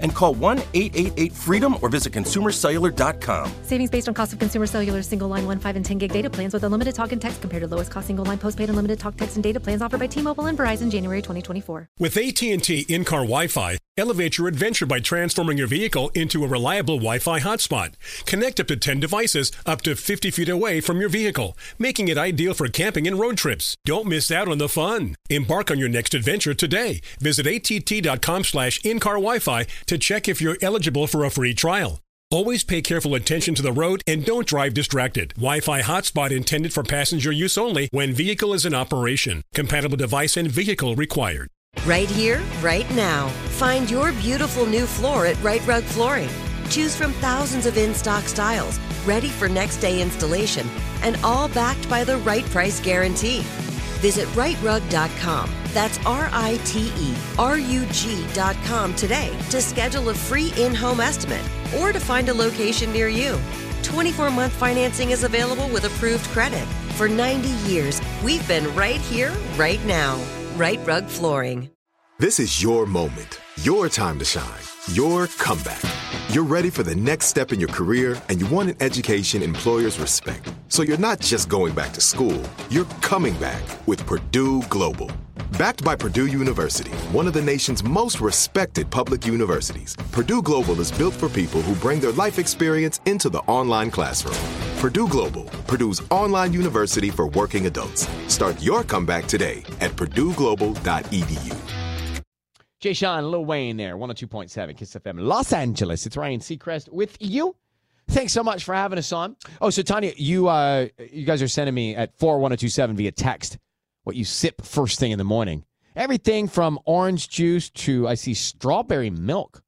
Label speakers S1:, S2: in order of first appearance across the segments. S1: and call 1 888 freedom or visit consumercellular.com.
S2: Savings based on cost of consumer cellular single line 1, 5, and 10 gig data plans with unlimited talk and text compared to lowest cost single line postpaid unlimited talk, text, and data plans offered by T-Mobile and Verizon January 2024.
S3: With AT&T in-car Wi-Fi, elevate your adventure by transforming your vehicle into a reliable Wi-Fi hotspot. Connect up to 10 devices up to 50 feet away from your vehicle, making it ideal for camping and road trips. Don't miss out on the fun. Embark on your next adventure today. Visit att.com slash in-car Wi-Fi to check if you're eligible for a free trial. Always pay careful attention to the road and don't drive distracted. Wi Fi hotspot intended for passenger use only when vehicle is in operation. Compatible device and vehicle required.
S4: Right here, right now. Find your beautiful new floor at Right Rug Flooring. Choose from thousands of in stock styles, ready for next day installation, and all backed by the right price guarantee. Visit rightrug.com. That's R I T E R U G.com today to schedule a free in home estimate or to find a location near you. 24 month financing is available with approved credit. For 90 years, we've been right here, right now. Right Rug Flooring.
S5: This is your moment, your time to shine, your comeback. You're ready for the next step in your career, and you want an education employers respect. So you're not just going back to school, you're coming back with Purdue Global. Backed by Purdue University, one of the nation's most respected public universities, Purdue Global is built for people who bring their life experience into the online classroom. Purdue Global, Purdue's online university for working adults. Start your comeback today at purdueglobal.edu.
S6: Jay Sean, Lil Wayne there, 102.7 Kiss FM, Los Angeles. It's Ryan Seacrest with you. Thanks so much for having us on. Oh, so Tanya, you uh, you guys are sending me at 41027 via text what you sip first thing in the morning. Everything from orange juice to, I see, strawberry milk.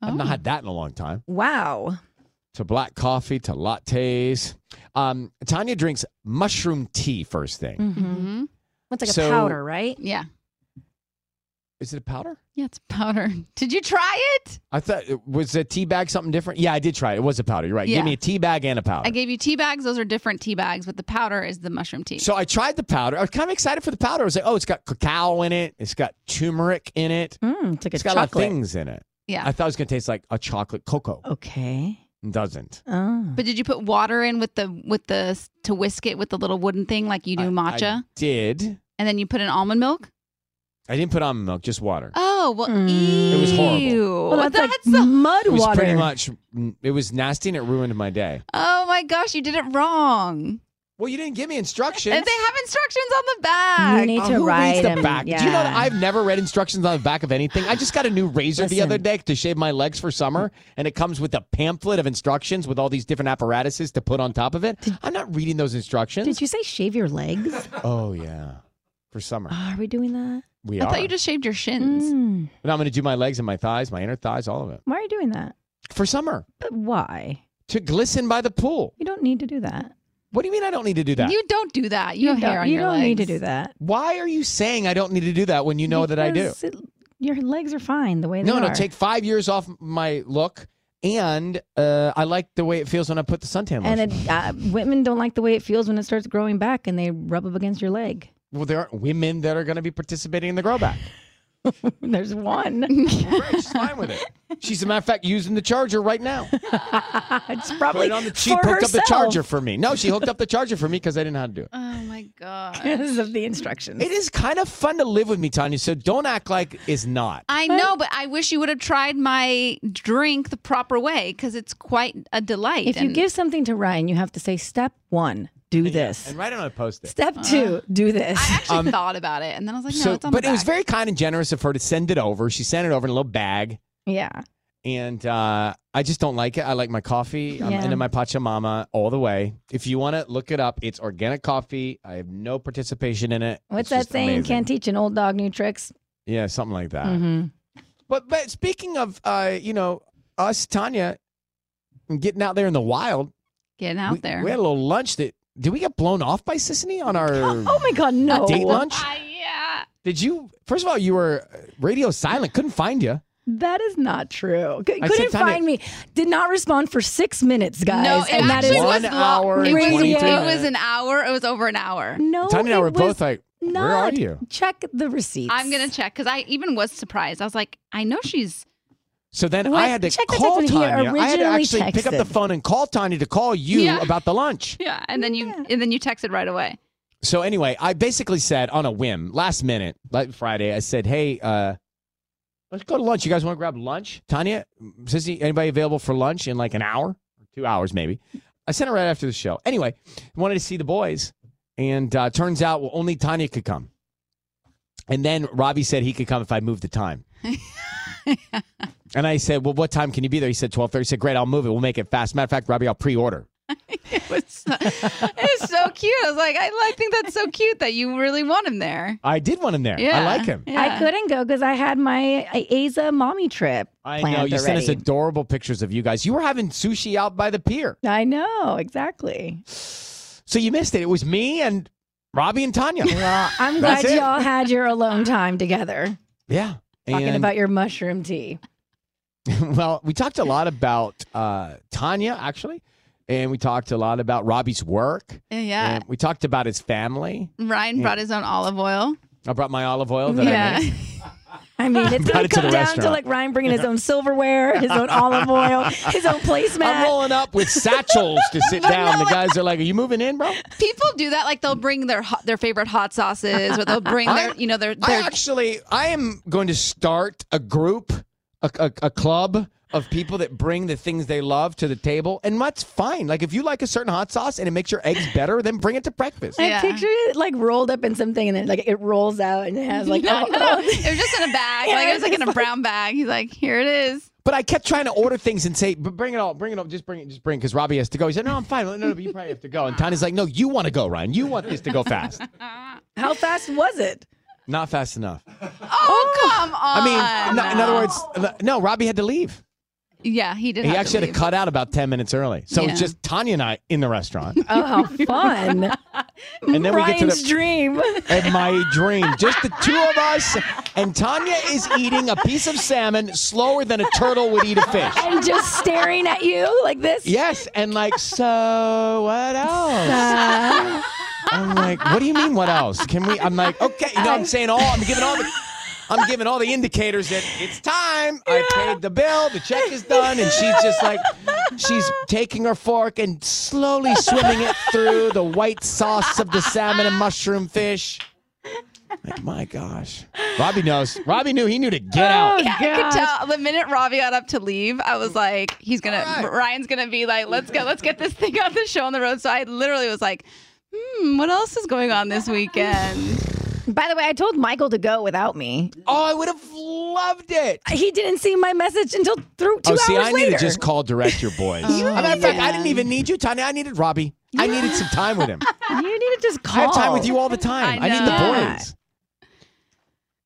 S6: I've not had that in a long time.
S7: Wow.
S6: To black coffee to lattes. Um, Tanya drinks mushroom tea first thing.
S8: Mm-hmm.
S7: It's like
S6: So-
S7: a powder, right?
S8: Yeah.
S6: Is it a powder?
S8: Yeah, it's powder. Did you try it?
S6: I thought was a tea bag something different. Yeah, I did try it. It was a powder. You're right.
S8: Yeah.
S6: Give me a tea bag and a powder.
S8: I gave you tea bags. Those are different tea bags, but the powder is the mushroom tea.
S6: so I tried the powder. I was kind of excited for the powder. I was like, oh, it's got cacao in it. It's got turmeric in it.
S7: Mm, it's like
S6: it's
S7: a
S6: got a
S7: chocolate.
S6: lot of things in it.
S8: yeah.
S6: I thought it was gonna taste like a chocolate cocoa.
S7: Okay.
S6: It doesn't.
S7: Oh.
S8: but did you put water in with the with the to whisk it with the little wooden thing like you do
S6: I-
S8: matcha,
S6: I did.
S8: and then you put in almond milk?
S6: I didn't put almond milk, just water.
S8: Oh well,
S7: Mm.
S6: It was horrible.
S8: ew.
S7: Well, that's,
S8: That's
S7: like
S8: a-
S7: mud
S6: it was
S7: water.
S6: pretty much. mm, It was nasty and it ruined my day.
S8: oh my gosh, you did it wrong.
S6: Well, you didn't give me instructions.
S8: And they have instructions on the
S7: You
S8: back.
S7: need
S6: Oh,
S7: to
S6: who
S7: ride
S6: reads the
S7: them.
S6: back?
S7: Yeah.
S6: Do you know that I've never read instructions on the back of anything? I just got a new razor the
S7: Listen.
S6: other day to shave my legs for summer, and it comes with a pamphlet of instructions with all these different apparatuses to put on top of it. I'm not reading those instructions.
S7: Did you say shave your legs?
S6: Oh yeah, for summer
S7: Oh, Are we doing that?
S6: we
S8: I
S6: are.
S8: thought you just shaved your shins.
S7: Mm,
S6: But I'm going to do my legs and my thighs, my inner thighs, all of it
S7: why are you doing that?
S6: for summer
S7: But why?
S6: to glisten by the pool.
S7: You don't need to do that.
S6: What do you mean I don't need to do that?
S8: You don't do that. You, have
S7: don't,
S8: hair on
S7: you
S8: your
S7: don't
S8: legs.
S7: need to do that.
S6: Why are you saying I don't need to do that when you know that I do?
S7: Because it- your legs are fine the way they
S6: No,
S7: are.
S6: no, take five years off my look, and uh, I like the way it feels when I put the suntan
S7: And
S6: lotion.
S7: it, uh, women don't like the way it feels when it starts growing back and they rub up against your leg.
S6: Well, there aren't women that are going to be participating in the grow back.
S7: There's one.
S6: Great, she's fine with it. She's, as a matter of fact, using the charger right now.
S7: it's
S6: Put
S7: probably
S6: it on the, she
S7: for
S6: hooked
S7: herself
S6: up the charger for me. No, she hooked up the charger for me because I didn't know how to do it.
S8: Oh my god.
S7: because of the instructions.
S6: It is kind of fun to live with me, Tanya. So don't act like it's not.
S8: I know, but I wish you would have tried my drink the proper way because it's quite a delight.
S7: If you
S8: and-
S7: give something to Ryan, you have to say step one, do this.
S6: And right on a post it. Uh-huh.
S7: Step two, do this.
S8: I actually thought about it, and then I was like, no,
S6: Um, so,
S8: it's on
S6: but
S8: the
S6: it was
S8: back.
S6: very kind and generous of her to send it over. She sent it over in a little bag.
S7: yeah.
S6: and uh, I just don't like it. I like my coffee. I'm
S7: Yeah.
S6: into my Pachamama all the way. If you want to look it up, it's organic coffee. I have no participation in it.
S7: What's
S6: It's
S7: that
S6: just
S7: saying?
S6: amazing.
S7: Can't teach an old dog new tricks.
S6: yeah, something like that.
S7: Mm-hmm.
S6: But but speaking of, uh, you know, us Tanya getting out there in the wild.
S8: getting out
S6: we,
S8: there.
S6: we had a little lunch that. Did we get blown off by Sissany on our
S7: Oh my God, no.
S6: date lunch?
S8: Ah, yeah, that.
S6: Did you? First of all, you were uh, radio silent. Couldn't find you.
S7: That is not true. C-
S6: I said
S7: couldn't
S6: time
S7: find
S6: it-
S7: me. Did not respond for six minutes, guys.
S8: no, Oh, it
S7: and that
S8: actually
S7: is
S8: was
S6: One
S8: lo-
S6: hour
S8: It
S7: and
S8: was,
S7: 22
S8: it
S7: minutes.
S8: was an hour. It was over an hour.
S7: no.
S6: Tanya and I
S7: it
S6: were both
S7: was
S6: like, "Where
S7: not.
S6: are you?"
S7: Check the receipts.
S8: I'm gonna check because I even was surprised. I was like, I know she's
S6: So then
S7: What?
S6: I had to
S7: Check the
S6: call
S7: text when he
S6: Tanya. I had to
S7: originally
S6: actually pick up
S7: texted.
S6: the phone and call Tanya to call you
S8: Yeah.
S6: about the lunch.
S8: yeah. And then you
S7: Yeah.
S8: and then you texted right away.
S6: So anyway, I basically said on a whim, last minute, like Friday, I said, "Hey, uh, let's go to lunch. You guys want to grab lunch? Tanya, Sissy, anybody available for lunch in like an hour or two hours, maybe?" I sent it right after the show. Anyway, wanted to see the boys, and uh, turns out well, only Tanya could come. And then Robbie said he could come if I moved the time. and I said, "Well, what time can you be there?" He said twelve thirty. He said, "Great, I'll move it. We'll make it fast." Matter of fact, Robbie, I'll pre-order.
S8: It was so, it was so cute. I was like, I, I think that's so cute that you really want him there.
S6: I did want him there. I
S8: Yeah.
S6: like him.
S8: Yeah.
S7: I couldn't go because I had my uh, Aza mommy trip
S6: I
S7: planned
S6: know you sent us
S7: already.
S6: adorable pictures of you guys. You were having sushi out by the pier,
S7: I know exactly.
S6: so you missed it. It was me and Robbie and Tanya.
S7: Well, I'm
S6: That's
S7: glad
S6: it.
S7: y'all had your alone time together,
S6: yeah,
S7: talking
S6: and,
S7: about your mushroom tea.
S6: well, we talked a lot about uh, Tanya actually, and we talked a lot about Robbie's work.
S8: Yeah.
S6: And we talked about his family.
S8: Ryan brought his own olive oil.
S6: I brought my olive oil. That I
S8: yeah.
S6: made.
S7: I mean, it's
S6: Brought
S7: going
S6: it to
S7: to come
S6: the
S7: down to
S6: restaurant.
S7: like Ryan bringing his own silverware, his own olive oil, his own
S6: I'm
S7: placemat.
S6: rolling up with satchels to sit down. The guys are like, "Are you moving in, bro?"
S8: People do that. Like they'll bring their hot, their favorite hot sauces, or they'll bring their you know their
S6: I
S8: their
S6: actually, I am going to start a group, a, a, a club of people that bring the things they love to the table, and that's fine. Like if you like a certain hot sauce and it makes your eggs better, then bring it to breakfast.
S7: I
S8: Yeah.
S7: picture it like rolled up in something, and then like it rolls out and it has like oh,
S8: No,
S7: all-
S8: no, it was just in a bag.
S7: Yeah,
S8: like it
S7: it
S8: was like in
S7: was
S8: a brown bag. He's like, here it is.
S6: But I kept trying to order things and say, "But bring it all, bring it all, just bring it, just bring." Because Robbie has to go. He said, "No, I'm fine. No, no, but you probably have to go." And Tanya's like, "No, you want to go, Ryan. You want this to go fast.
S7: how fast was it?
S6: Not fast enough.
S8: Oh, come on.
S6: I mean, in- in other words, no. Robbie had to leave.
S8: yeah, he did.
S6: He
S8: have
S6: actually
S8: to
S6: had
S8: leave.
S6: to cut out about ten minutes early. So
S8: Yeah.
S6: it's just Tanya and I in the restaurant.
S7: Oh, how fun!
S6: And then we get to
S7: Ryan's
S6: the-
S7: dream.
S6: and my dream. Just the two of us, and Tanya is eating a piece of salmon slower than a turtle would eat a fish.
S7: and just staring at you like this.
S6: Yes, and like, so what else?
S7: Uh,
S6: I'm like, what do you mean, what else? Can we? I'm like, okay, you know, I'm saying all, I'm giving all the. I'm giving all the indicators that it's time. I paid the bill. The check is done. And she's just like, she's taking her fork and slowly swimming it through the white sauce of the salmon and mushroom fish. Like, my gosh. Robbie knows. Robbie knew. He knew to get out.
S7: oh,
S8: I could
S7: gosh.
S8: tell the minute Robbie got up to leave, I was like, he's gonna Ryan's gonna be like, let's go, let's get this thing off the show on the road. So I literally was like, hmm, what else is going on this weekend?
S7: By the way, I told Michael to go without me.
S6: Oh, I would have loved it.
S7: He didn't see my message until through two
S6: oh, see,
S7: hours
S6: I
S7: later.
S6: need to just call direct your boys. As a matter of fact, I didn't even need you, Tanya. I needed Robbie. I needed some time with him.
S7: you need to just call.
S6: I have time with you all the time. I,
S8: I
S6: need
S7: know.
S6: the boys.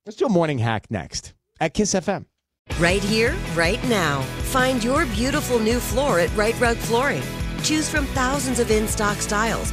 S6: Let's do a morning hack next at Kiss FM.
S4: Right here, right now. Find your beautiful new floor at Right Rug Flooring. Choose from thousands of in stock styles,